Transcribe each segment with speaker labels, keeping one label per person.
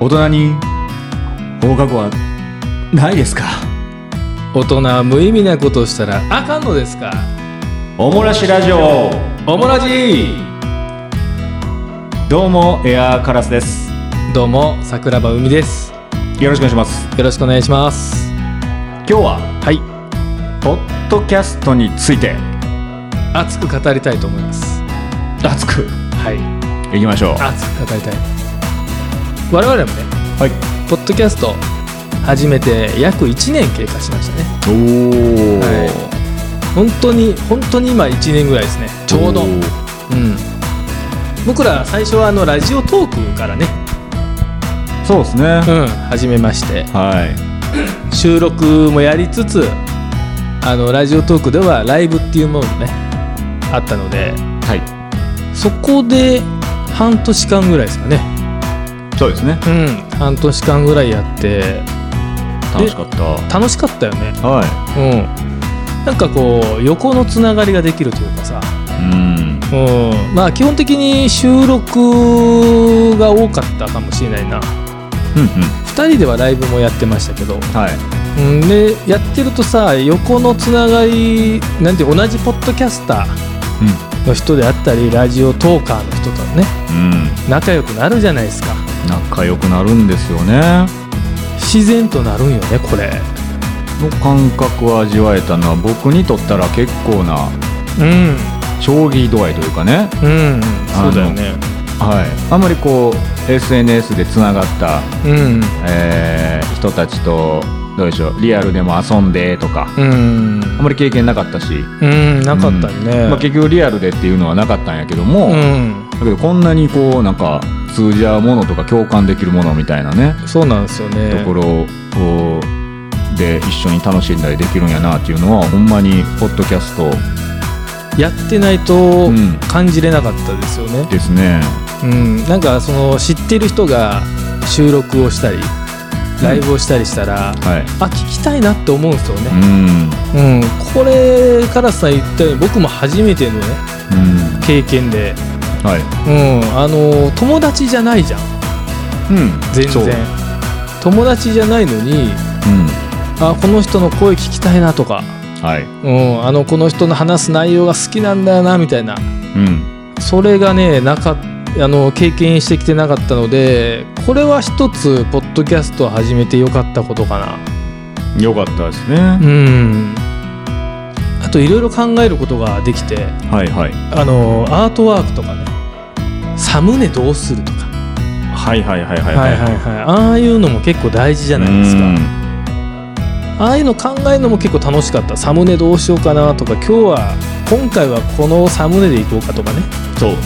Speaker 1: 大人に放課後はないですか
Speaker 2: 大人は無意味なことをしたらあかんのですか
Speaker 1: おもらしラジオ
Speaker 2: おもらじ
Speaker 1: どうもエアーカラスです
Speaker 2: どうも桜庭海です
Speaker 1: よろしくお願いします
Speaker 2: よろしくお願いします
Speaker 1: 今日は
Speaker 2: はい
Speaker 1: ポッドキャストについて
Speaker 2: 熱く語りたいと思います
Speaker 1: 熱く
Speaker 2: はい
Speaker 1: いきましょう
Speaker 2: 熱く語りたい我々もね
Speaker 1: はい
Speaker 2: ポッドキャスト始めて約1年経過しました
Speaker 1: お
Speaker 2: ね
Speaker 1: お、
Speaker 2: は本当に本当に今1年ぐらいですねちょうど
Speaker 1: お
Speaker 2: う
Speaker 1: ー
Speaker 2: ん僕ら最初はあのラジオトークからね、
Speaker 1: そうですね、
Speaker 2: うん、始めまして
Speaker 1: はい
Speaker 2: 収録もやりつつあのラジオトークではライブっていうものもねあったので
Speaker 1: はい
Speaker 2: そこで半年間ぐらいですかね
Speaker 1: そうですね
Speaker 2: うん半年間ぐらいやって
Speaker 1: 楽しかった
Speaker 2: 楽しかったよね
Speaker 1: は
Speaker 2: うんなんかこう横のつながりができるというかさ
Speaker 1: いうん
Speaker 2: うんまあ基本的に収録が多かったかもしれないな
Speaker 1: うん
Speaker 2: 2人ではライブもやってましたけど、
Speaker 1: うんはい
Speaker 2: うん、でやってるとさ横のつながりなんて同じポッドキャスターの人であったりラジオトーカーの人とね
Speaker 1: うんうん
Speaker 2: 仲良くなるじゃないですか
Speaker 1: 仲良くなるんですよね
Speaker 2: 自然となるんよねこれ
Speaker 1: の感覚を味わえたのは僕にとったら結構な
Speaker 2: うん
Speaker 1: 将棋度合いというかね、
Speaker 2: うん
Speaker 1: あ
Speaker 2: そ
Speaker 1: の
Speaker 2: うだよね
Speaker 1: はい、あんまりこう SNS でつながった、
Speaker 2: うん
Speaker 1: えー人たちとどうでしょうリアルでも遊んでとか
Speaker 2: うん
Speaker 1: あんまり経験なかったし、
Speaker 2: うんなかったよね、
Speaker 1: まあ、結局リアルでっていうのはなかったんやけども、
Speaker 2: う
Speaker 1: だ
Speaker 2: ん
Speaker 1: けどこんなにこうなんか通じ合うものとか共感できるものみたいなね、
Speaker 2: そうなんですよね
Speaker 1: ところをこうで一緒に楽しんだりできるんやなっていうのはほんまにポッドキャスト、
Speaker 2: やってないと
Speaker 1: うん
Speaker 2: 感じれなかったですよね、
Speaker 1: ですね。
Speaker 2: うん、なんかその知ってる人が収録をしたりライブをしたりした
Speaker 1: は
Speaker 2: ら、
Speaker 1: い
Speaker 2: あ聞きたいなって思うんですよ
Speaker 1: う
Speaker 2: ね、
Speaker 1: ん
Speaker 2: うんこれからさん言ったように僕も初めてのね
Speaker 1: うん
Speaker 2: 経験で、
Speaker 1: はい。
Speaker 2: うん、あの友達じゃないじゃん
Speaker 1: うん。
Speaker 2: 全
Speaker 1: そう
Speaker 2: 然友達じゃないのに
Speaker 1: う
Speaker 2: あこの人の声聞きたいなとか、
Speaker 1: ん。はい。
Speaker 2: うん、あのこの人の話す内容が好きなんだよなみたいな
Speaker 1: うん。
Speaker 2: それがねなかっあの経験してきてなかったのでこれは一つポッドキャストを始めてよかったことかな
Speaker 1: よかったですね。
Speaker 2: うんあといろいろ考えることができて
Speaker 1: はいはい。
Speaker 2: あのアートワークとかねサムネどうするとか
Speaker 1: はいはいはいは
Speaker 2: はいはいはいああいうのも結構大事じゃないですか
Speaker 1: か。
Speaker 2: ああいうの考えるのも結構楽しかったサムネどうしようかなとか今日は今回はこのサムネでいこうかとかね
Speaker 1: そうで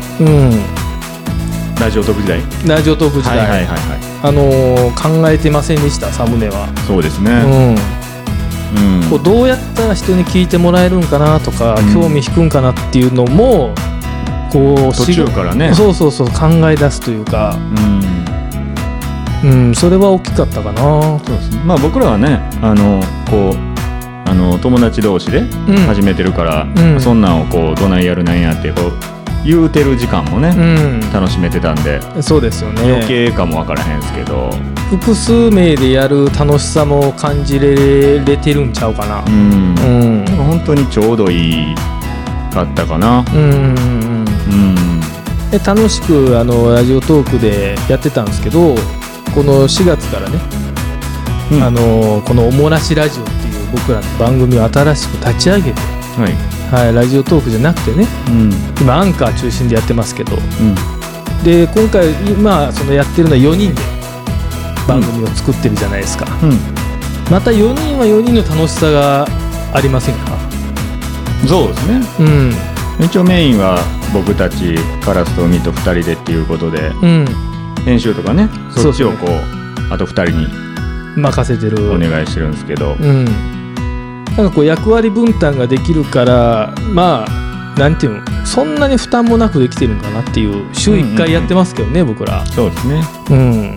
Speaker 1: すね。
Speaker 2: うん
Speaker 1: ラジオ特時代。
Speaker 2: ラジオトーク時代、
Speaker 1: いは
Speaker 2: あのー考えてませんでしたサムネは、
Speaker 1: い。そうです
Speaker 2: う
Speaker 1: ね。
Speaker 2: ん
Speaker 1: うん
Speaker 2: こうどうやったら人に聞いてもらえるんかなとか、
Speaker 1: うん
Speaker 2: 興味引くんかなっていうのもこう
Speaker 1: 途中からね。
Speaker 2: そうそうそう考え出すというか、
Speaker 1: うん。
Speaker 2: うん、それは大きかったかな、
Speaker 1: そうですね。まあ僕らはね、あのこう。あの友達同士で
Speaker 2: うん、
Speaker 1: 始めてるから、
Speaker 2: うん
Speaker 1: そんなんをこうどないやるなんやってこう言うてる時間もね、楽しめてたんで
Speaker 2: うん、そうですよね
Speaker 1: 余計かもわからへんですけど、
Speaker 2: 複数名でやる楽しさも感じれれてるんちゃうかな
Speaker 1: うん
Speaker 2: うん
Speaker 1: 本当にちょうどいいかったかな
Speaker 2: うんうんうん
Speaker 1: うん
Speaker 2: で楽しくあのラジオトークでやってたんですけどこの4月からね、
Speaker 1: うん
Speaker 2: あのこの「おもらしラジオ」っていう僕らの番組を新しく立ち上げて、
Speaker 1: はい
Speaker 2: はい、ラジオトークじゃなくてね
Speaker 1: うん
Speaker 2: 今アンカー中心でやってますけど
Speaker 1: うん
Speaker 2: で今回今そのやってるのは4人で番組を作ってるじゃないですか、また4人は4人の楽しさがありませんか
Speaker 1: そうですね
Speaker 2: うん
Speaker 1: 一応メインは僕たちカラスと海と2人でっていうことで
Speaker 2: うん
Speaker 1: 編集とかね
Speaker 2: そ
Speaker 1: そうっち
Speaker 2: そう
Speaker 1: をこうあと2人に
Speaker 2: 任せてる
Speaker 1: お願いしてるんですけど、
Speaker 2: うん、なんかこう役割分担ができるからまあなんていうのそんなに負担もなくできてるんかなっていう週1回やってますけどね、僕ら、
Speaker 1: そうですね
Speaker 2: うん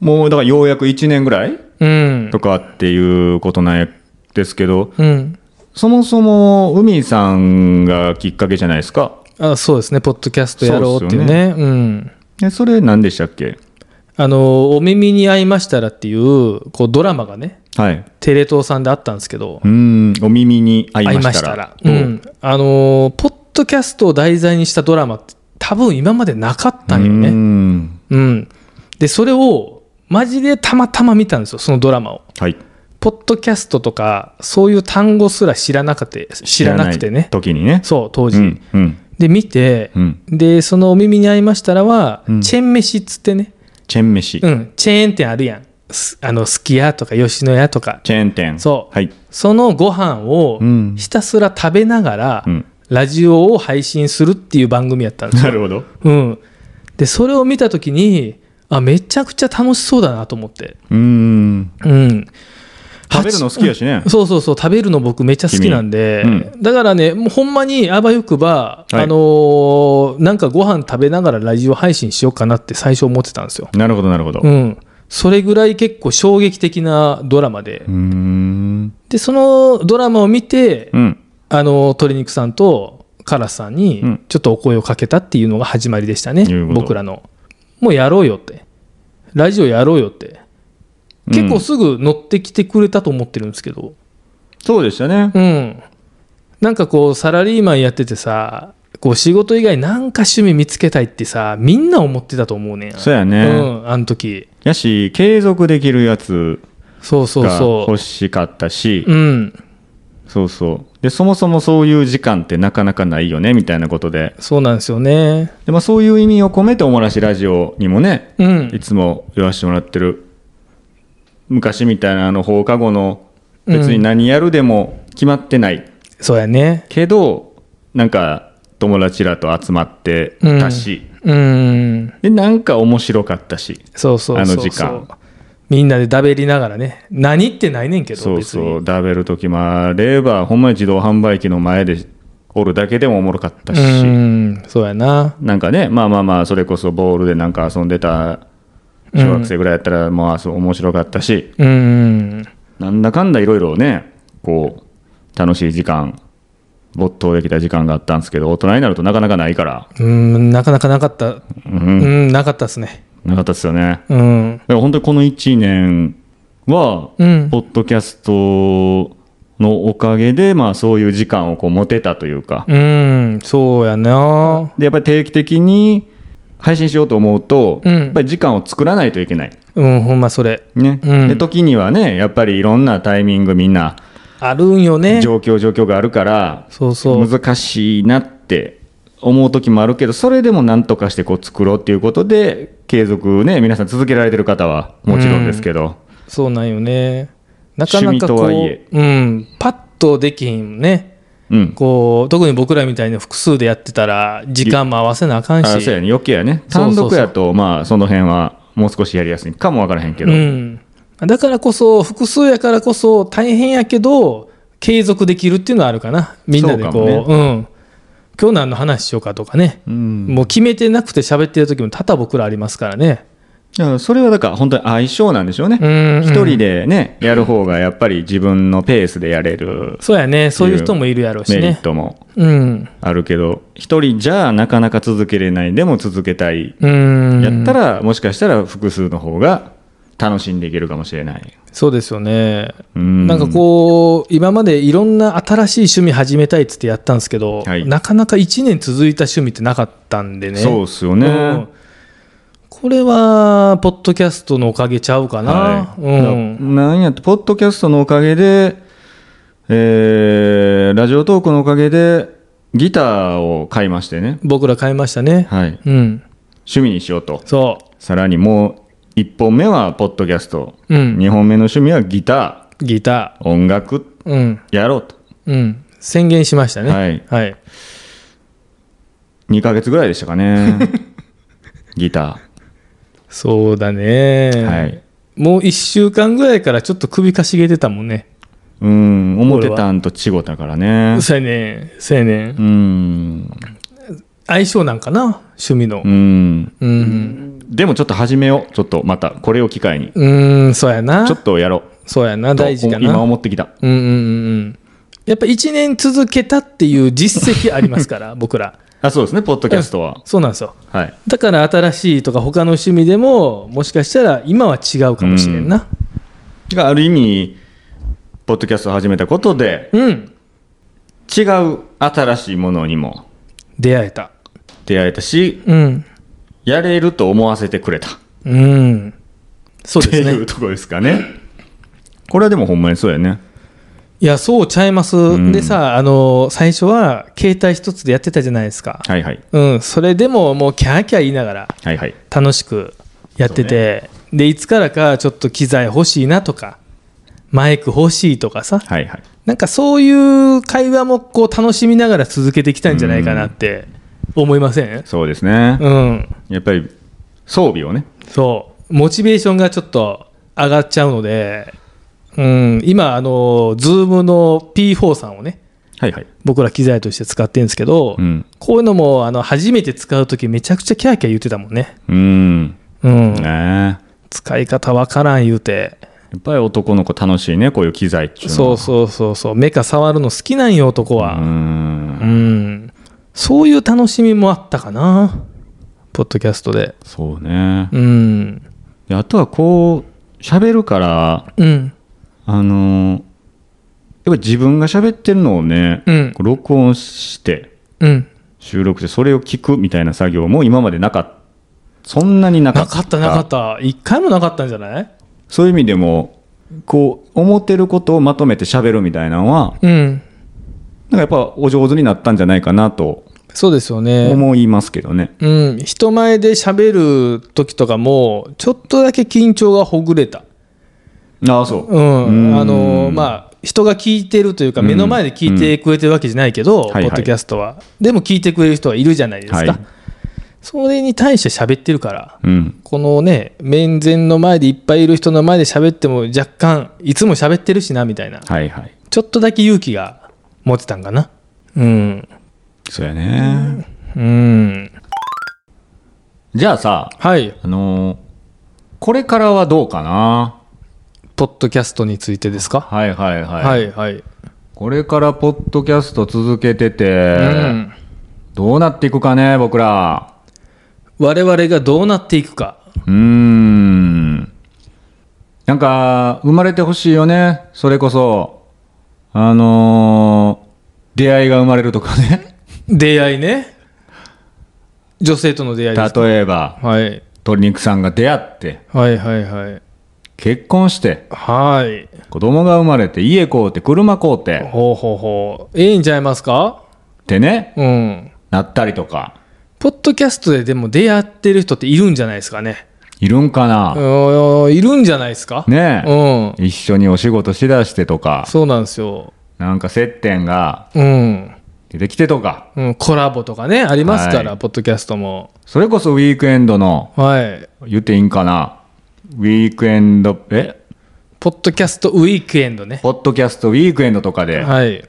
Speaker 1: もうだからようやく1年ぐらい
Speaker 2: うん
Speaker 1: とかっていうことなんですけど
Speaker 2: うん、
Speaker 1: そもそも海さんがきっかけじゃないですか
Speaker 2: あそうですねポッドキャストやろうっていうねうん
Speaker 1: えそれ何でしたっけ
Speaker 2: あの、お耳に合いましたらっていう、こうドラマがね、
Speaker 1: はい。
Speaker 2: テレ東さんであったんですけど
Speaker 1: う、ーん、お耳に合いましたら。
Speaker 2: 合いまうん。あのー、ポッドキャストを題材にしたドラマって多分今までなかったんよ
Speaker 1: うー
Speaker 2: ね。
Speaker 1: ん
Speaker 2: うん。で、それを、マジでたまたま見たんですよ、そのドラマを。
Speaker 1: はい。
Speaker 2: ポッドキャストとか、そういう単語すら知らなくて、知らなくて
Speaker 1: い
Speaker 2: ね。
Speaker 1: 時にね。
Speaker 2: そう、当時。
Speaker 1: うん。うん。
Speaker 2: で、見て、
Speaker 1: うん。
Speaker 2: で、そのお耳に合いましたらは、
Speaker 1: うん
Speaker 2: チェーン飯っつってね、
Speaker 1: チェーン飯。
Speaker 2: うん、チェーン店あるやん。すあの、すき家とか吉野家とか。
Speaker 1: チェーン店。
Speaker 2: そう
Speaker 1: はい。
Speaker 2: そのご飯を
Speaker 1: うん
Speaker 2: ひたすら食べながら、
Speaker 1: うん
Speaker 2: ラジオを配信するっていう番組やったんですよ。
Speaker 1: なるほど。
Speaker 2: うん、でそれを見た時にあめちゃくちゃ楽しそうだなと思って、
Speaker 1: うーん。
Speaker 2: うん、
Speaker 1: 食べるの好きやしね
Speaker 2: はちそうそうそう食べるの僕めっちゃ好きなんで、
Speaker 1: 君
Speaker 2: だからねもうほんまにあばよくば、
Speaker 1: はい
Speaker 2: あのーなんかご飯食べながらラジオ配信しようかなって最初思ってたんですよ、
Speaker 1: なるほど、なるほど。
Speaker 2: う、
Speaker 1: うん
Speaker 2: それぐらい結構衝撃的なドラマで、
Speaker 1: ーん。
Speaker 2: でそのドラマを見て、
Speaker 1: うん。
Speaker 2: あの鶏肉さんとカラスさん
Speaker 1: う
Speaker 2: に
Speaker 1: ん
Speaker 2: ちょっとお声をかけたっていうのが始まりでしたね、
Speaker 1: いうこと
Speaker 2: 僕らのもうやろうよってラジオやろうよって結
Speaker 1: う
Speaker 2: 構
Speaker 1: ん
Speaker 2: すぐ乗ってきてくれたと思ってるんですけど
Speaker 1: そうでしたね。
Speaker 2: うん、なんかこうサラリーマンやっててさこう仕事以外なんか趣味見つけたいってさみんな思ってたと思うねん
Speaker 1: そうやね
Speaker 2: うん、あの時
Speaker 1: やし、継続できるやつ
Speaker 2: そうそう
Speaker 1: が
Speaker 2: そ
Speaker 1: 欲しかったし、
Speaker 2: ううん
Speaker 1: そうそう。で、そもそもそういう時間ってなかなかないよね、みたいなことで。
Speaker 2: そうなんですよね
Speaker 1: で、まあそういう意味を込めて、おもらしラジオにもね、
Speaker 2: うん
Speaker 1: いつも言わせてもらってる昔みたいなあの放課後の別に何やるでも決まってない、
Speaker 2: そうやね
Speaker 1: けどなんか友達らと集まってたし、
Speaker 2: うん
Speaker 1: でなんか面白かったし
Speaker 2: そうそうそうそ
Speaker 1: あ
Speaker 2: う
Speaker 1: の時間
Speaker 2: みんなでだべりながらね何ってないねんけど
Speaker 1: そう
Speaker 2: 別に
Speaker 1: そうダブル時もあればほんまに自動販売機の前でおるだけでもおもろかったし、
Speaker 2: うんそうやな
Speaker 1: なんかねまあまあまあそれこそボールでなんか遊んでた小学生ぐらいやったらまあそう面白かったし、
Speaker 2: うん
Speaker 1: なんだかんだいろいろね、こう、楽しい時間、没頭できた時間があったんですけど、大人になるとなかなかないから、
Speaker 2: うんなかなかなかった
Speaker 1: うん
Speaker 2: う
Speaker 1: なん
Speaker 2: なかったですね
Speaker 1: かったですよね。だか
Speaker 2: うん
Speaker 1: ら本当にこの1年は、
Speaker 2: うん
Speaker 1: ポッドキャストのおかげで、まあそういう時間をこう持てたというか、
Speaker 2: うんそうやな
Speaker 1: で、やっぱり定期的に配信しようと思うと、
Speaker 2: うん
Speaker 1: やっぱり時間を作らないといけない。
Speaker 2: うんほんまそれ
Speaker 1: ね。
Speaker 2: うん
Speaker 1: で、時にはね、やっぱりいろんなタイミングみんな、
Speaker 2: あるんよね
Speaker 1: 状況状況があるから、
Speaker 2: そうそう
Speaker 1: 難しいなって思う時もあるけどそれでも何とかしてこう作ろうっていうことで継続ね皆さん続けられてる方はもちろんですけど、
Speaker 2: そうなんよねなかなか
Speaker 1: 趣
Speaker 2: こ
Speaker 1: 味とはいえ
Speaker 2: ううんパッとできひんね
Speaker 1: うん
Speaker 2: こう特に僕らみたいに複数でやってたら時間も合わせなあか
Speaker 1: あ
Speaker 2: んし
Speaker 1: そうやね余計やね
Speaker 2: そうそう
Speaker 1: 単
Speaker 2: そう
Speaker 1: 独やとまあその辺はもう少しやりやすいかもわからへんけど、
Speaker 2: うん、だからこそ複数やからこそ大変やけど継続できるっていうのはあるかなみんなでこう、
Speaker 1: そううかも
Speaker 2: ん、今日何の話しようかとかね、
Speaker 1: うん
Speaker 2: もう決めてなくて喋ってる時も多々僕らありますからね
Speaker 1: だからそれはだから本当に相性なんでしょうね
Speaker 2: うん
Speaker 1: 一人でねやる方がやっぱり自分のペースでやれる
Speaker 2: そうやねそういう人もいるやろうし
Speaker 1: メリッ
Speaker 2: ね
Speaker 1: トも
Speaker 2: うん
Speaker 1: あるけど一人じゃなかなか続けれないでも続けたい
Speaker 2: うん
Speaker 1: やったら、もしかしたら複数の方が楽しんでいけるかもしれない。
Speaker 2: そうですよね
Speaker 1: うん
Speaker 2: なんかこう今までいろんな新しい趣味始めたいっつってやったんですけど、
Speaker 1: はい
Speaker 2: なかなか1年続いた趣味ってなかったんでね
Speaker 1: そうっすよね。
Speaker 2: うんこれは、ポッドキャストのおかげちゃうかな。
Speaker 1: はい。
Speaker 2: うん。
Speaker 1: ななんやって、ポッドキャストのおかげで、えーラジオトークのおかげで、ギターを買いましてね。
Speaker 2: 僕ら買いましたね。
Speaker 1: はい。
Speaker 2: うん。
Speaker 1: 趣味にしようと。
Speaker 2: そ
Speaker 1: さらにもう、1本目はポッドキャスト。
Speaker 2: う。うん。
Speaker 1: 2本目の趣味はギタ
Speaker 2: ギタ
Speaker 1: ー、音楽、
Speaker 2: ー。うん。
Speaker 1: やろうと。
Speaker 2: うん。宣言しましたね。
Speaker 1: はい
Speaker 2: はい。
Speaker 1: 2ヶ月ぐらいでしたか ね。ギタ
Speaker 2: そうだね。
Speaker 1: ー。はい。
Speaker 2: もう1週間ぐらいからちょっと首かしげてたもんね。
Speaker 1: うん、思ってたんと違ったからね。
Speaker 2: そうやね。そうやね
Speaker 1: う。ん。
Speaker 2: 相性なんかな。趣味の
Speaker 1: う。ん。
Speaker 2: うん。
Speaker 1: でもちょっと始めよう。ちょっとまた、これを機会に。
Speaker 2: うん、そうやな
Speaker 1: ちょ。っとやろう。
Speaker 2: そうやな。
Speaker 1: と
Speaker 2: 大事かな。
Speaker 1: 今思ってきた。
Speaker 2: うんうんうんうん。やっぱ1年続けたっていう実績ありますから 僕ら
Speaker 1: あそうですね、ポッドキャストは。
Speaker 2: そうなんですよ
Speaker 1: はい。
Speaker 2: だから新しいとか他の趣味でももしかしたら今は違うかもしれんな
Speaker 1: がある意味、ポッドキャストを始めたことで、
Speaker 2: うん、
Speaker 1: 違う新しいものにも
Speaker 2: 出会えた
Speaker 1: 出会えたし、
Speaker 2: うん
Speaker 1: やれると思わせてくれたっ
Speaker 2: うんそう
Speaker 1: て
Speaker 2: です
Speaker 1: い
Speaker 2: ね
Speaker 1: うところですかね。これはでもほんまにそうやね。
Speaker 2: いやそうちゃいます、
Speaker 1: ん
Speaker 2: でさあの最初は携帯一つでやってたじゃないですか、
Speaker 1: はいはい。
Speaker 2: うんそれでももうキャーキャー言いながら
Speaker 1: はいはい。
Speaker 2: 楽しくやってて、でいつからかちょっと機材欲しいなとかマイク欲しいとかさ
Speaker 1: はいはい。
Speaker 2: なんかそういう会話もこう楽しみながら続けてきたんじゃないかなって思いません
Speaker 1: そうですね。
Speaker 2: うん
Speaker 1: やっぱり装備をね。
Speaker 2: そうモチベーションがちょっと上がっちゃうので、うん、今あの Zoom の P4 さんをね
Speaker 1: はいはい。
Speaker 2: 僕ら機材として使ってるんですけど、
Speaker 1: うん。
Speaker 2: こういうのもあの初めて使う時めちゃくちゃキャーキャー言ってたもんね、
Speaker 1: うん。
Speaker 2: うん
Speaker 1: ねえ
Speaker 2: 使い方わからん言うて
Speaker 1: やっぱり男の子楽しいね、こういう機材っていうの
Speaker 2: そう
Speaker 1: は
Speaker 2: そうそうそうメカ触るの好きなんよ男
Speaker 1: う
Speaker 2: は
Speaker 1: ん
Speaker 2: うん、そういう楽しみもあったかなポッドキャストで
Speaker 1: そうね。
Speaker 2: うん
Speaker 1: であとはこう、喋るから、
Speaker 2: うん
Speaker 1: あのーやっぱり自分が喋ってるのをね、
Speaker 2: うん
Speaker 1: こう録音して、
Speaker 2: うん
Speaker 1: 収録して、それを聞くみたいな作業も今までなかった。そんなになか
Speaker 2: な
Speaker 1: った。
Speaker 2: かったなかった一回もなかったんじゃない
Speaker 1: そういう意味でも、こう、思ってることをまとめて喋るみたいなのは、
Speaker 2: うん
Speaker 1: なんかやっぱお上手になったんじゃないかなと
Speaker 2: そうですよね
Speaker 1: 思いますけどね。
Speaker 2: うん人前で喋る時とかもちょっとだけ緊張がほぐれた
Speaker 1: ああ、そう。
Speaker 2: うん
Speaker 1: うん
Speaker 2: あのまあ人が聞いてるというか
Speaker 1: うん
Speaker 2: 目の前で聞いてくれてるわけじゃないけど、
Speaker 1: はいはい
Speaker 2: ポッドキャストはでも聞いてくれる人はいるじゃないですか、
Speaker 1: はい
Speaker 2: それに対して喋ってるから
Speaker 1: うん。
Speaker 2: このね面前の前でいっぱいいる人の前で喋っても若干いつも喋ってるしなみたいな
Speaker 1: はいはい。
Speaker 2: ちょっとだけ勇気が持てたんかなうん
Speaker 1: そうやね。
Speaker 2: うん
Speaker 1: じゃあさ、
Speaker 2: はい
Speaker 1: あのーこれからはどうかな
Speaker 2: ポッドキャストについてですか
Speaker 1: はいはいはい。
Speaker 2: はいはい、
Speaker 1: これからポッドキャスト続けてて、
Speaker 2: うん
Speaker 1: どうなっていくかね、僕ら。
Speaker 2: 我々がどうなっていくか
Speaker 1: うーん。なんか、生まれてほしいよね。それこそ、あのー出会いが生まれるとか ね。
Speaker 2: 出会いね女性との出会いですか
Speaker 1: 例えば、
Speaker 2: はい
Speaker 1: 鶏肉さんが出会って、
Speaker 2: はいはいはい
Speaker 1: 結婚して、
Speaker 2: はい
Speaker 1: 子供が生まれて、家買うて、車買うて、
Speaker 2: ほうほうほうええんちゃいますか
Speaker 1: ってね、
Speaker 2: うん
Speaker 1: なったりとか、
Speaker 2: ポッドキャストででも出会ってる人っているんじゃないですかね
Speaker 1: いるんかな、
Speaker 2: うんいるんじゃないですか
Speaker 1: ねえ、
Speaker 2: うん
Speaker 1: 一緒にお仕事しだしてとか、
Speaker 2: そうなんですよ
Speaker 1: なんか接点が
Speaker 2: うん、
Speaker 1: 出てきてとか、
Speaker 2: うん、コラボとかねありますから、
Speaker 1: はい
Speaker 2: ポッドキャストも
Speaker 1: それこそウィークエンドの、
Speaker 2: はい
Speaker 1: 言っていいんかな、ウィークエンド、え
Speaker 2: ポッドキャストウィークエンドね
Speaker 1: ポッドキャストウィークエンドとかで、
Speaker 2: はい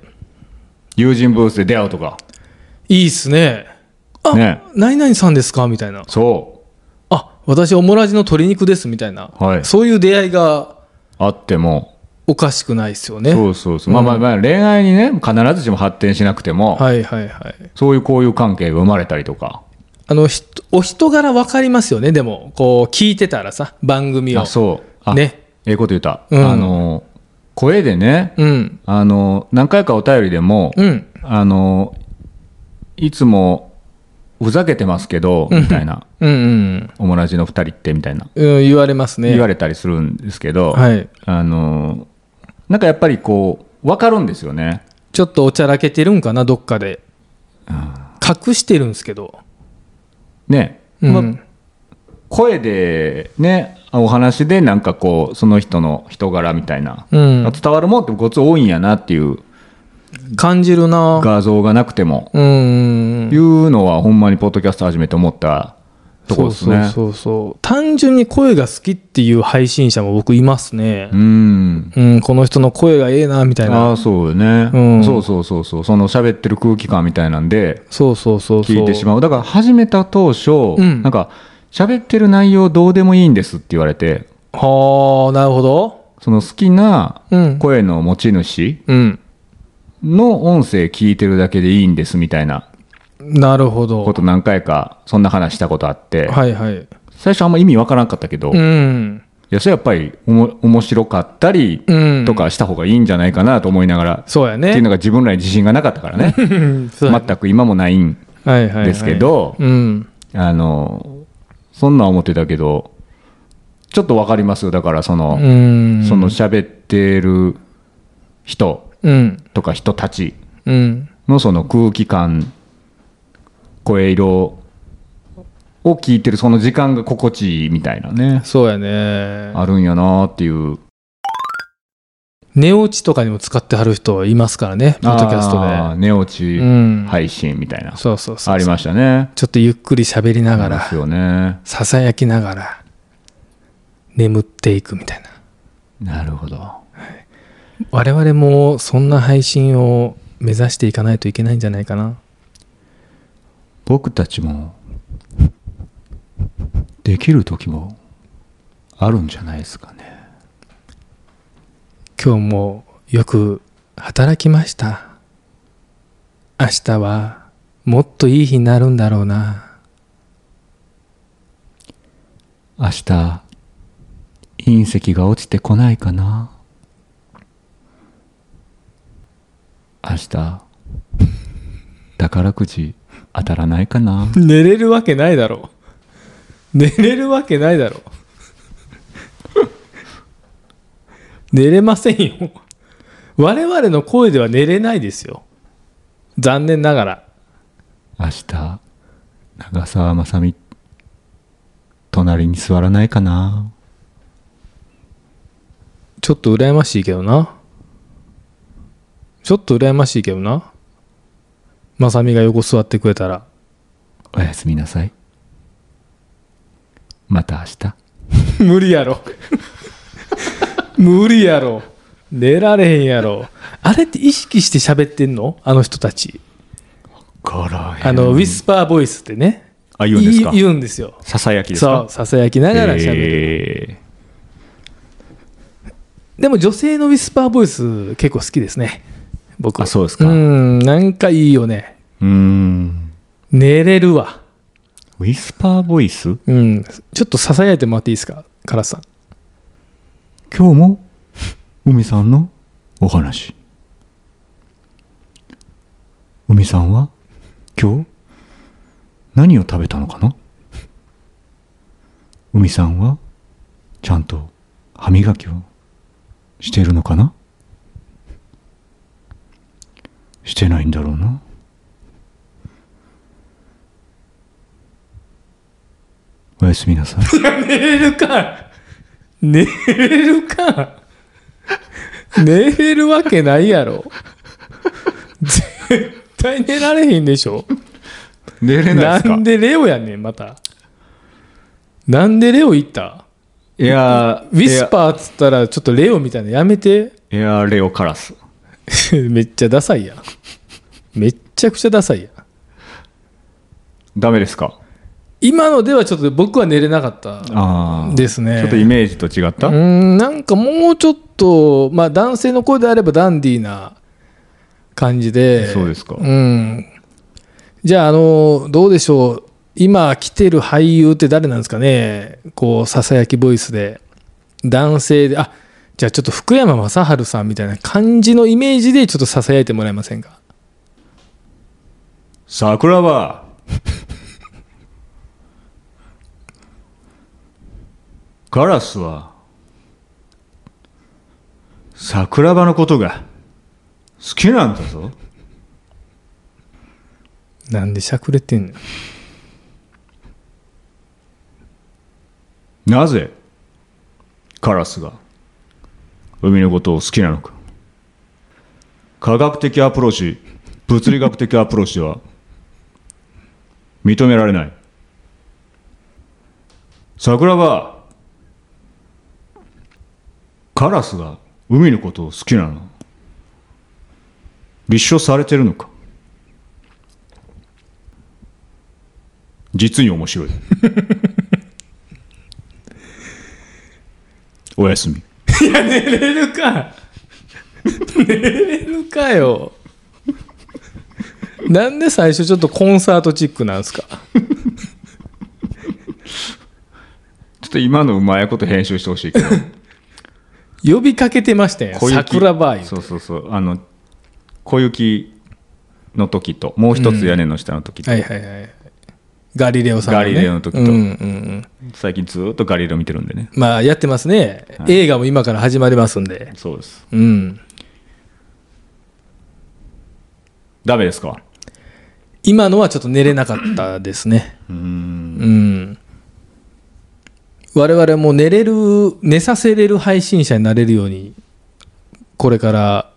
Speaker 1: 友人ブースで出会うとか、
Speaker 2: いいっすねあ、
Speaker 1: ね
Speaker 2: 何々さんですかみたいな
Speaker 1: そ
Speaker 2: あ私オモラジの鶏肉ですみたいな、
Speaker 1: はい
Speaker 2: そういう出会いが
Speaker 1: う、あっても、
Speaker 2: おかしくないですよね
Speaker 1: そうそうそう、まあまあまあ、恋愛にね、必ずしも発展しなくても、
Speaker 2: はいはいはい
Speaker 1: そういう交友関係が生まれたりとか、
Speaker 2: あのひとお人柄分かりますよねでもこう聞いてたらさ番組を
Speaker 1: あそう、あ
Speaker 2: ね
Speaker 1: ええこと言った、
Speaker 2: うん
Speaker 1: あの、声でね、
Speaker 2: うん
Speaker 1: あの、何回かお便りでも、
Speaker 2: うん
Speaker 1: あの、いつもふざけてますけど、みたいな、
Speaker 2: うんうん、
Speaker 1: おもらじの二人って、みたいな、
Speaker 2: うん、言われますね
Speaker 1: 言わ
Speaker 2: れ
Speaker 1: れたりするんですけど、
Speaker 2: はい
Speaker 1: あの、なんかやっぱりこう、わかるんですよね。
Speaker 2: ちょっとおちゃらけてるんかなどっかで隠してるんですけど、
Speaker 1: ね、
Speaker 2: うん
Speaker 1: ま声でね、お話でなんかこう、その人の人柄みたいな、
Speaker 2: うん、
Speaker 1: 伝わるもんってごつ多いんやなっていう
Speaker 2: 感じるな
Speaker 1: 画像がなくても、
Speaker 2: うんうんうん
Speaker 1: いうのはほんまにポッドキャスト始めて思ったところですね。
Speaker 2: そうそうそうそう単純に声が好きっていう配信者も僕いますね
Speaker 1: う、ん。
Speaker 2: うんこの人の声がええなみたい
Speaker 1: あ
Speaker 2: な
Speaker 1: あ、そうよね、
Speaker 2: うん
Speaker 1: そうそうそうそう。その喋ってる空気感みたいなんで、
Speaker 2: そうそうそうそう
Speaker 1: 聞いてしまう。だから始めた当初、
Speaker 2: うん
Speaker 1: なんか、喋ってる内容どうでもいいんですって言われて、
Speaker 2: はあなるほど
Speaker 1: その好きな
Speaker 2: うん
Speaker 1: 声の持ち主
Speaker 2: うん
Speaker 1: の音声聞いてるだけでいいんですみたいな
Speaker 2: なるほど
Speaker 1: こと何回かそんな話したことあって、
Speaker 2: はいはい
Speaker 1: 最初あんま意味わからんかったけど、
Speaker 2: う
Speaker 1: い
Speaker 2: ん
Speaker 1: やそれやっぱりおも面白かったり
Speaker 2: うん
Speaker 1: とかした方がいいんじゃないかなと思いながら、っ
Speaker 2: そうやね
Speaker 1: ていうのが自分らに自信がなかったからね
Speaker 2: そうやね
Speaker 1: 全く今もないん
Speaker 2: はいはいはい
Speaker 1: ですけど
Speaker 2: うん
Speaker 1: あのそんなん思ってたけどちょっとわかりますよだからその、
Speaker 2: うん
Speaker 1: その喋ってる人
Speaker 2: うん
Speaker 1: とか人たち
Speaker 2: うん
Speaker 1: のその空気感声色を聞いてるその時間が心地いいみたいなね
Speaker 2: そうやね
Speaker 1: あるんやなっていう
Speaker 2: 寝落ちとかにも使ってはる人はいますからねポッドキャス
Speaker 1: あー
Speaker 2: ト
Speaker 1: 寝落ち
Speaker 2: でうん
Speaker 1: 配信みたいな、
Speaker 2: そうそうそう
Speaker 1: ありましたね
Speaker 2: ちょっとゆっくり喋りなが
Speaker 1: ありま
Speaker 2: ら
Speaker 1: すよね
Speaker 2: ささやきながら眠っていくみたいな
Speaker 1: なるほど
Speaker 2: 我々もそんな配信を目指していかないといけないんじゃないかな
Speaker 1: 僕たちもできる時もあるんじゃないですかね
Speaker 2: 今日もよく働きました明日はもっといい日になるんだろうな
Speaker 1: 明日隕石が落ちてこないかな明日宝くじ当たらないかな
Speaker 2: 寝れるわけないだろう寝れるわけないだろう寝れませんよ我々の声では寝れないですよ残念ながら
Speaker 1: 明日長澤まさみ隣に座らないかな
Speaker 2: ちょっと羨ましいけどな。ちょっと羨ましいけどな。まさみが横座ってくれたら。
Speaker 1: おやすみなさいまた明日
Speaker 2: 無理やろ。無理やろ。寝られへんやろ。あれって意識して喋ってんのあの人たち。あの、ウィスパーボイスってね。
Speaker 1: あ言うんですか
Speaker 2: い言うんですよ。
Speaker 1: ささやきです
Speaker 2: そう、
Speaker 1: か
Speaker 2: ささやきながら喋る。
Speaker 1: え
Speaker 2: でも女性のウィスパーボイス結構好きですね。僕は。
Speaker 1: あそうですか
Speaker 2: うん、なんかいいよね。
Speaker 1: ーうーん
Speaker 2: 寝れるわ。
Speaker 1: ウィスパーボイス
Speaker 2: うん、ちょっとささやいてもらっていいですか、カラスさん。
Speaker 1: 今日も海さんのお話海さんは今日何を食べたのかな海さんはちゃんと歯磨きをしているのかなしてないんだろうなおやすみなさい
Speaker 2: 寝れるか寝れるか寝れるわけないやろ。絶対寝られへんでしょ。
Speaker 1: 寝れ
Speaker 2: なんでレオやねん、また。なんでレオ行った
Speaker 1: いや
Speaker 2: ウィスパーっつったら、ちょっとレオみたいなのやめて。
Speaker 1: エアレオカラス。
Speaker 2: めっちゃダサいやん。めっちゃくちゃダサいやん。
Speaker 1: ダメですか
Speaker 2: 今のではちょっと僕は寝れなかった
Speaker 1: ああ。
Speaker 2: ですね。
Speaker 1: ちょっとイメージと違った
Speaker 2: うーんなんかもうちょっと、まあ、男性の声であればダンディーな感じで
Speaker 1: そうですか
Speaker 2: うん、じゃああのどうでしょう今来てる俳優って誰なんですかねこうささやきボイスで男性であじゃあちょっと福山雅治さんみたいな感じのイメージでちょっとささやいてもらえませんか
Speaker 1: 桜は、 ガラスは、桜庭のことが好きなんだぞ。
Speaker 2: なんでしゃくれてんの
Speaker 1: なぜ、カラスが海のことを好きなのか。科学的アプローチ、物理学的アプローチでは認められない。桜は、カラスが海のことを好きなの。立証されてるのか。実に面白い。おやすみ。
Speaker 2: いや寝れるか寝れるかよなんで最初ちょっとコンサートチックなんですか
Speaker 1: ちょっと今のうまいこと編集してほしい けど
Speaker 2: 呼びかけてましたよ
Speaker 1: 小雪
Speaker 2: 桜バー
Speaker 1: そうそうそうあの小雪の時ともう一つ屋根の下の時と、
Speaker 2: はいはいはいガリレオさんのね
Speaker 1: ガリレオの時と
Speaker 2: うんうんうん
Speaker 1: 最近ずーっとガリレオ見てるんでね
Speaker 2: まあやってますね、
Speaker 1: はい
Speaker 2: 映画も今から始まりますんで
Speaker 1: そうです
Speaker 2: うん
Speaker 1: ダメですか
Speaker 2: 今のはちょっと寝れなかったですね
Speaker 1: うーん
Speaker 2: うん我々も寝れる寝させれる配信者になれるようにこれから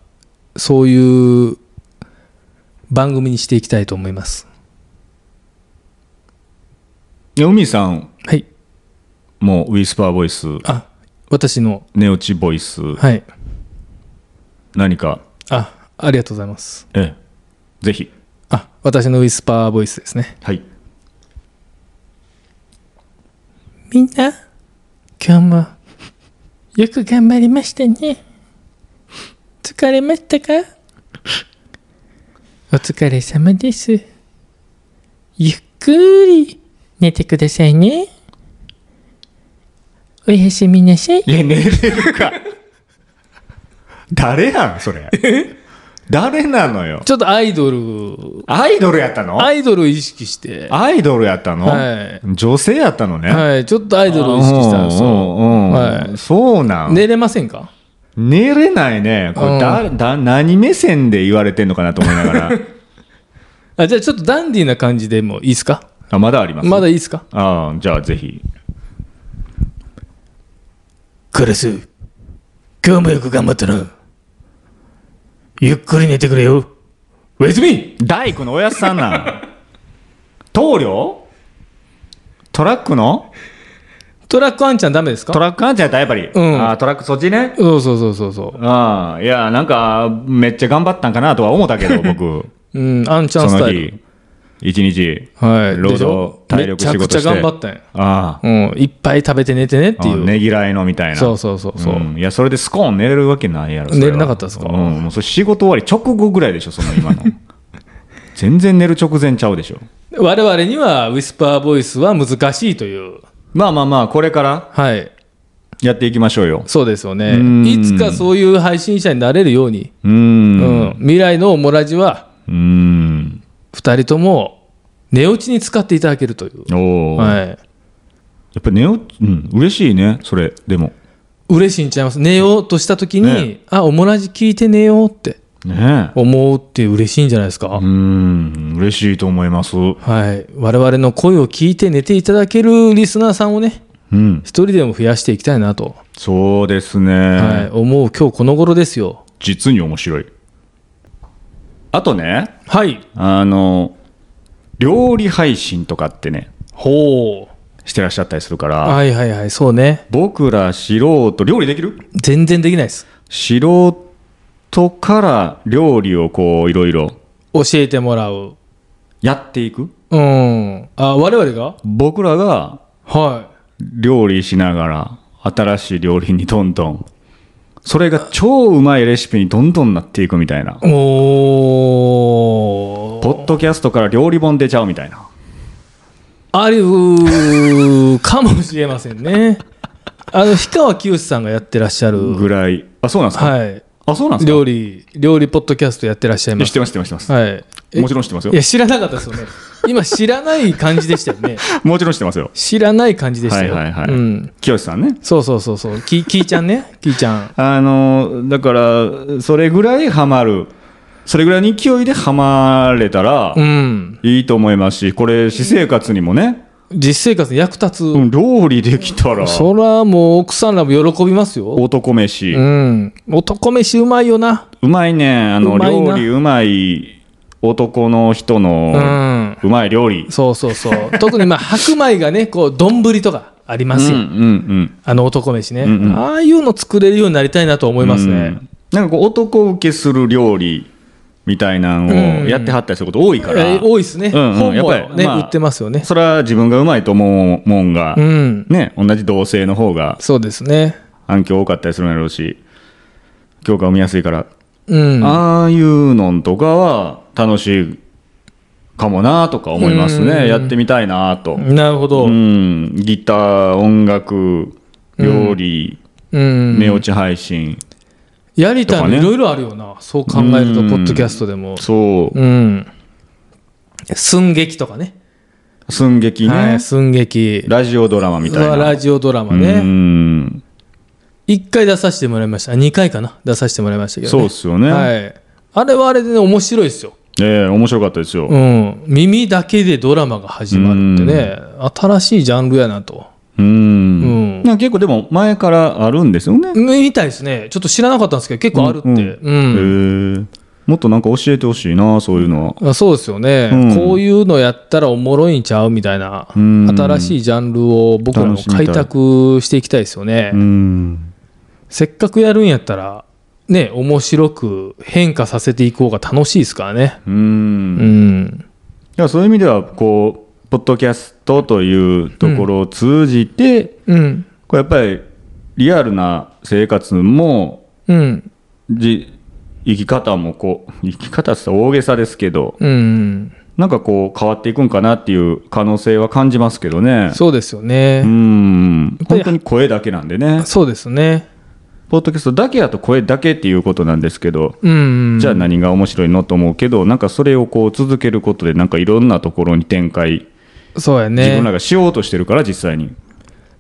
Speaker 2: そういう番組にしていきたいと思います
Speaker 1: で海さん
Speaker 2: はい
Speaker 1: もウィスパーボイス
Speaker 2: あ私の
Speaker 1: 寝落ちボイス、
Speaker 2: はい
Speaker 1: 何か
Speaker 2: あありがとうございます
Speaker 1: ええぜひ
Speaker 2: あ私のウィスパーボイスですね
Speaker 1: はい
Speaker 2: みんな今日もよく頑張りましたね疲れましたかお疲れ様ですゆっくり寝てくださいねおやすみなさい
Speaker 1: いや寝れるか 誰やんそれ誰なのよ
Speaker 2: ちょっとアイドル
Speaker 1: アイドルやったの
Speaker 2: アイドルを意識して
Speaker 1: アイドルやったの、
Speaker 2: はい
Speaker 1: 女性やったのね、
Speaker 2: はいちょっとアイドルを意識したんです
Speaker 1: う
Speaker 2: よ
Speaker 1: んうんうん
Speaker 2: はい
Speaker 1: そうなん、
Speaker 2: 寝れませんか
Speaker 1: 寝れないねこ
Speaker 2: うん
Speaker 1: れだ、だ何目線で言われてんのかなと思いなが ら
Speaker 2: あじゃあちょっとダンディーな感じでもいいですか
Speaker 1: あまだあります
Speaker 2: まだいいですか
Speaker 1: ああじゃあぜひ
Speaker 2: カラス、今日もよく頑張ったな。ゆっくり寝てくれよ。おやすみ
Speaker 1: 大工のおやつさんなん 棟梁トラックの
Speaker 2: トラックあんちゃんダメですか
Speaker 1: トラックあんちゃんやったやっぱり、
Speaker 2: うん
Speaker 1: ああトラックそっちね
Speaker 2: そうそうそうそうそ
Speaker 1: ああいやなんかめっちゃ頑張ったんかなとは思ったけ ど僕
Speaker 2: う。うん、あんちゃ
Speaker 1: そ
Speaker 2: んス
Speaker 1: の
Speaker 2: タイル。
Speaker 1: 日一日
Speaker 2: はい。
Speaker 1: 労
Speaker 2: でしょ
Speaker 1: 働体力仕
Speaker 2: めち
Speaker 1: 事
Speaker 2: ゃく
Speaker 1: し
Speaker 2: ちゃ
Speaker 1: て
Speaker 2: 頑張ったんや。
Speaker 1: ああ
Speaker 2: うん、いっぱい食べて寝てねってい
Speaker 1: うん
Speaker 2: う。
Speaker 1: ねぎらいのみたいな
Speaker 2: そうそうそうそう。
Speaker 1: んいやそれでスコーン寝れるわけないやろそは
Speaker 2: 寝れなかったですか
Speaker 1: うんもうそれ仕事終わり直後ぐらいでしょその今 の全然寝る直前ちゃうでしょ
Speaker 2: 我々にはウィスパーボイスは難しいという。
Speaker 1: まあまあまあこれから
Speaker 2: はい。
Speaker 1: やっていきましょうよ
Speaker 2: そうですよね
Speaker 1: うん。
Speaker 2: いつかそういう配信者になれるように。
Speaker 1: う
Speaker 2: うんん。未来のオモラジは、
Speaker 1: うん
Speaker 2: 二人とも寝落ちに使っていただけるという。
Speaker 1: おお、
Speaker 2: はい。
Speaker 1: やっぱ寝よう、うん、嬉しいねそれでも
Speaker 2: 嬉しいんちゃいます寝ようとした時に、
Speaker 1: ね
Speaker 2: あオモラジ聞いて寝ようって
Speaker 1: ねえ
Speaker 2: 思うって嬉しいんじゃないですか、
Speaker 1: うん嬉しいと思いますう
Speaker 2: はい我々の声を聞いて寝ていただけるリスナーさんをね
Speaker 1: ん
Speaker 2: 一人でも増やしていきたいなと、
Speaker 1: そうですね、
Speaker 2: はい、思う今日この頃ですよ
Speaker 1: 実に面白いあとね
Speaker 2: はい
Speaker 1: あの料理配信とかってね
Speaker 2: ほう
Speaker 1: してらっしゃったりするから、
Speaker 2: はいはいはいそうね
Speaker 1: 僕ら素人料理できる
Speaker 2: 全然できないです
Speaker 1: 素人から料理をこういろいろ
Speaker 2: 教えてもらう
Speaker 1: やっていく
Speaker 2: うんあ我々が
Speaker 1: 僕らが
Speaker 2: は
Speaker 1: 料理しながら新しい料理にどんどんそれが超うまいレシピにどんどんなっていくみたいない
Speaker 2: お
Speaker 1: ポ
Speaker 2: ー
Speaker 1: ッドキャストから料理本出ちゃうみたいな
Speaker 2: あるかもしれませ んね。あの、氷川きよしさんがやってらっしゃる、
Speaker 1: ぐらいあそうなんですか、
Speaker 2: は
Speaker 1: あそうなんです
Speaker 2: い、
Speaker 1: か
Speaker 2: 料理、料理ポッドキャストやってらっしゃい
Speaker 1: いや
Speaker 2: ま
Speaker 1: 知っ
Speaker 2: す。
Speaker 1: てます知ってます知ってます
Speaker 2: はい。え
Speaker 1: もちろん知ってますよ
Speaker 2: いや、知らなかったですよね。今、知らない感じでしたよ ね。
Speaker 1: もちろん知ってますよ
Speaker 2: 知らない感じでしたよ。
Speaker 1: はいはいはい
Speaker 2: うん。
Speaker 1: 清さんね
Speaker 2: そうそうそうそう。き、きーちゃんね。きーちゃん。
Speaker 1: あのだからそれぐらいハマるそれぐらいの勢いでハマれたら
Speaker 2: うん。
Speaker 1: いいと思いますしこれ私生活にもね、
Speaker 2: 実生活に役立つ。
Speaker 1: うん料理できたら
Speaker 2: そらもう奥さんらも喜びますよ。
Speaker 1: 男飯、
Speaker 2: う。
Speaker 1: うん
Speaker 2: 男飯うまいよな。
Speaker 1: まいねあの
Speaker 2: うまいな
Speaker 1: 料理うまい男の人
Speaker 2: う
Speaker 1: の
Speaker 2: ん。
Speaker 1: うまい料理、
Speaker 2: そうそうそう。特にまあ白米がね、こう丼とかありま
Speaker 1: うん、
Speaker 2: す
Speaker 1: うん
Speaker 2: よ。
Speaker 1: うん
Speaker 2: あの男飯ね、
Speaker 1: うんうん
Speaker 2: ああいうの作れるようになりたいなと思います
Speaker 1: う
Speaker 2: ね。
Speaker 1: んなんかこう男受けする料理みたいなのをやってはったりすること多いから、
Speaker 2: えー多いですね。
Speaker 1: うんうん
Speaker 2: 本も
Speaker 1: やっぱ
Speaker 2: ね、
Speaker 1: りまあ
Speaker 2: 売ってますよね。
Speaker 1: それは自分がうまいと思うもんが、
Speaker 2: うん。
Speaker 1: ね同じ同性の方が
Speaker 2: そうですね。
Speaker 1: 反響多かったりするんやろうし共感を見やすいから、
Speaker 2: うん。
Speaker 1: ああいうのんとかは楽しかもなとか思います
Speaker 2: うん
Speaker 1: ね。やってみたいなと。
Speaker 2: なるほど。
Speaker 1: う
Speaker 2: うん。
Speaker 1: ん、ギター、音楽、料理、寝落ち配信。
Speaker 2: やりたい
Speaker 1: と
Speaker 2: の
Speaker 1: かね
Speaker 2: いろいろあるよな。そう考えると、
Speaker 1: うん
Speaker 2: ポッドキャストでも。
Speaker 1: そ
Speaker 2: うん。寸劇とかね。
Speaker 1: う、寸劇
Speaker 2: は
Speaker 1: ね
Speaker 2: い、。寸劇。
Speaker 1: ラジオドラマみたいな。
Speaker 2: ラジオドラマ
Speaker 1: う
Speaker 2: ね。
Speaker 1: ん。
Speaker 2: 1回出させてもらいました。2回かな。出させてもらいましたけど
Speaker 1: そう
Speaker 2: ね。
Speaker 1: っすよね。
Speaker 2: はい。あれはあれでね、面白いですよ。
Speaker 1: ええ、面白かったですよ。
Speaker 2: うん。耳だけでドラマが始まるってね、新しいジャンルやなと。
Speaker 1: う
Speaker 2: うん
Speaker 1: ん。なんか結構でも前からあるんですよね。
Speaker 2: みたいですね。ちょっと知らなかったんですけど、結構あるって。う。
Speaker 1: うんへえ。もっとなんか教えてほしいな、そういうのは。
Speaker 2: あそうですよね、
Speaker 1: うん
Speaker 2: こういうのやったらおもろいんちゃうみたいな、
Speaker 1: うん
Speaker 2: 新しいジャンルを僕らも
Speaker 1: 楽しみた
Speaker 2: 開
Speaker 1: い
Speaker 2: 拓していきたいですよね、
Speaker 1: うん。
Speaker 2: せっかくやるんやったらね面白く変化させていこうが楽しいですからね
Speaker 1: う。
Speaker 2: うんん
Speaker 1: いやそういう意味ではこうポッドキャストというところを通じて、
Speaker 2: うん
Speaker 1: こうやっぱりリアルな生活も
Speaker 2: うん
Speaker 1: じ生き方もこう生き方って言ったら大げさですけど
Speaker 2: うん
Speaker 1: なんかこう変わっていくんかなっていう可能性は感じますけどね。
Speaker 2: そうですよね、
Speaker 1: うん
Speaker 2: ぱり
Speaker 1: 本当に声だけなんでね、
Speaker 2: そうですね
Speaker 1: ポッドキャストだけだと声だけっていうことなんですけど、
Speaker 2: うん
Speaker 1: じゃあ何が面白いのと思うけど、なんかそれをこう続けることで、なんかいろんなところに展開、
Speaker 2: そうや
Speaker 1: 自分ら
Speaker 2: ね
Speaker 1: がしようとしてるから、実際に。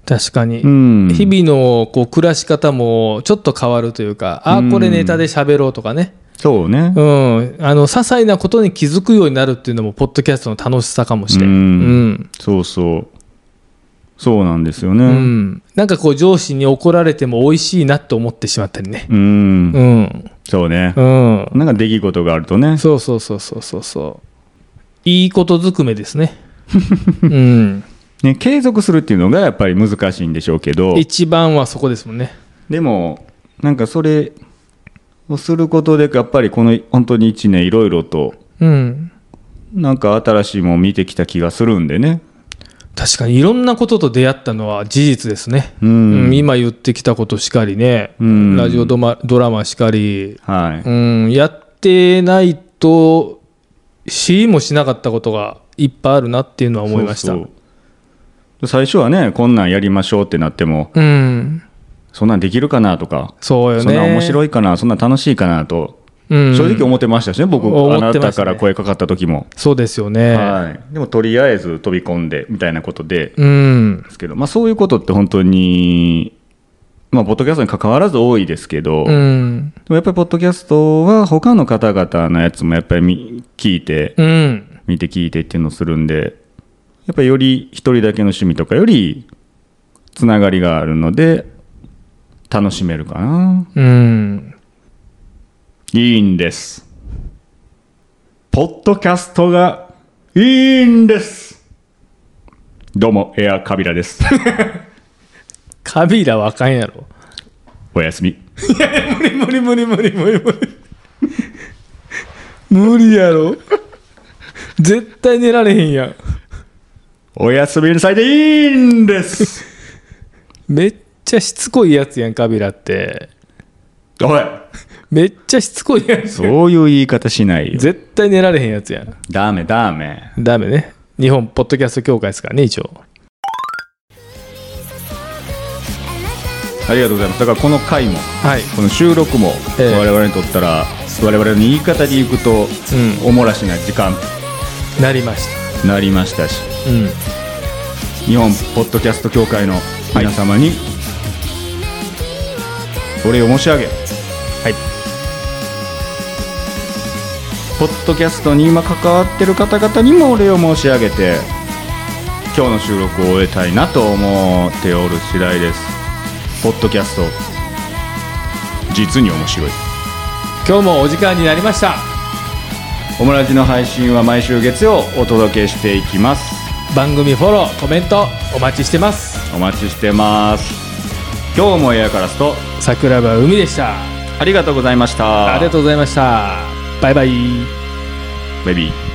Speaker 2: 確かに、
Speaker 1: うん、
Speaker 2: 日々のこう暮らし方もちょっと変わるというか、ああこれネタで喋ろうとかね、
Speaker 1: そうね。
Speaker 2: うん、あの些細なことに気づくようになるっていうのもポッドキャストの楽しさかもしれん、
Speaker 1: う
Speaker 2: うん
Speaker 1: んそうそう。そうなんですよね。
Speaker 2: う
Speaker 1: うん。
Speaker 2: んなんかこう上司に怒られても美味しいなって思ってしまったりねうん
Speaker 1: そうね
Speaker 2: う。ん
Speaker 1: なんか出来事があるとね。
Speaker 2: そうそうそうそうそうそういいことずくめで すねうん
Speaker 1: ね、継続するっていうのがやっぱり難しいんでしょうけど、
Speaker 2: 一番はそこですもんね
Speaker 1: でも、なんかそれをすることで、やっぱりこの本当に1年いろいろと、
Speaker 2: うん
Speaker 1: なんか新しいもん見てきた気がするんでね。
Speaker 2: 確かにいろんなことと出会ったのは事実ですね、
Speaker 1: う
Speaker 2: うん
Speaker 1: ん。
Speaker 2: 今言ってきたことしかりね、
Speaker 1: うん
Speaker 2: ラジオドマドラマしかり
Speaker 1: はい。
Speaker 2: うん、やってないと知りもしなかったことがいっぱいあるなっていうのは思いました。
Speaker 1: そううそう最初はね、こんなんやりましょうってなっても、
Speaker 2: ん、
Speaker 1: そんなんできるかなとか、
Speaker 2: そうよね。
Speaker 1: そんなん面白いかな、そんなん楽しいかなと
Speaker 2: うん、
Speaker 1: 正直思ってましたしね、僕、
Speaker 2: 思ってま
Speaker 1: あ
Speaker 2: したね
Speaker 1: なたから声かかった時も。
Speaker 2: そうですよね。
Speaker 1: はい、でも、とりあえず飛び込んでみたいなことで
Speaker 2: うん、
Speaker 1: ですけど、まあ、そういうことって本当に、まあ、ポッドキャストに関わらず多いですけど、
Speaker 2: う
Speaker 1: で
Speaker 2: ん、
Speaker 1: もやっぱり、ポッドキャストは、他の方々のやつもやっぱり見聞いて、
Speaker 2: うん、
Speaker 1: 見て聞いてっていうのをするんで、やっぱりより一人だけの趣味とかより、つながりがあるので、楽しめるかな。
Speaker 2: うん。
Speaker 1: いいんです。ポッドキャストがいいんです。どうも、エアカビラです。
Speaker 2: カビラはあかんやろ。
Speaker 1: おやすみ。
Speaker 2: 無理無理無理無理無理無理。無理やろ。絶対寝られへんやん。
Speaker 1: おやすみなさいでいいんです。
Speaker 2: めっちゃしつこいやつやん、カビラって。
Speaker 1: おい、
Speaker 2: めっちゃしつこいやつ。
Speaker 1: そういう言い方しないよ。
Speaker 2: 絶対寝られへんやつやん。
Speaker 1: ダメダメ。
Speaker 2: ダメね。日本ポッドキャスト協会ですからね、一応。
Speaker 1: ありがとうございます。だからこの回も、
Speaker 2: はい。
Speaker 1: この収録も、
Speaker 2: ええ
Speaker 1: 我々にとったら、我々の言い方でいくと、
Speaker 2: う
Speaker 1: おもらしな時間
Speaker 2: なりまし
Speaker 1: になりましたし、
Speaker 2: た。うん。
Speaker 1: 日本ポッドキャスト協会の皆様にお礼を申し上げ、はい、ポッドキャストに今関わってる方々にもお礼を申し上げて今日の収録を終えたいなと思っておる次第ですポッドキャスト実に面白い
Speaker 2: 今日もお時間になりました。
Speaker 1: オムラジの配信は毎週月曜お届けしていきます
Speaker 2: 番組フォロー、コメント、お待ちしてます。
Speaker 1: お待ちしてます今日もエアカラスと
Speaker 2: 桜庭海でした。
Speaker 1: ありがとうございました
Speaker 2: ありがとうございました。バイバイ。
Speaker 1: baby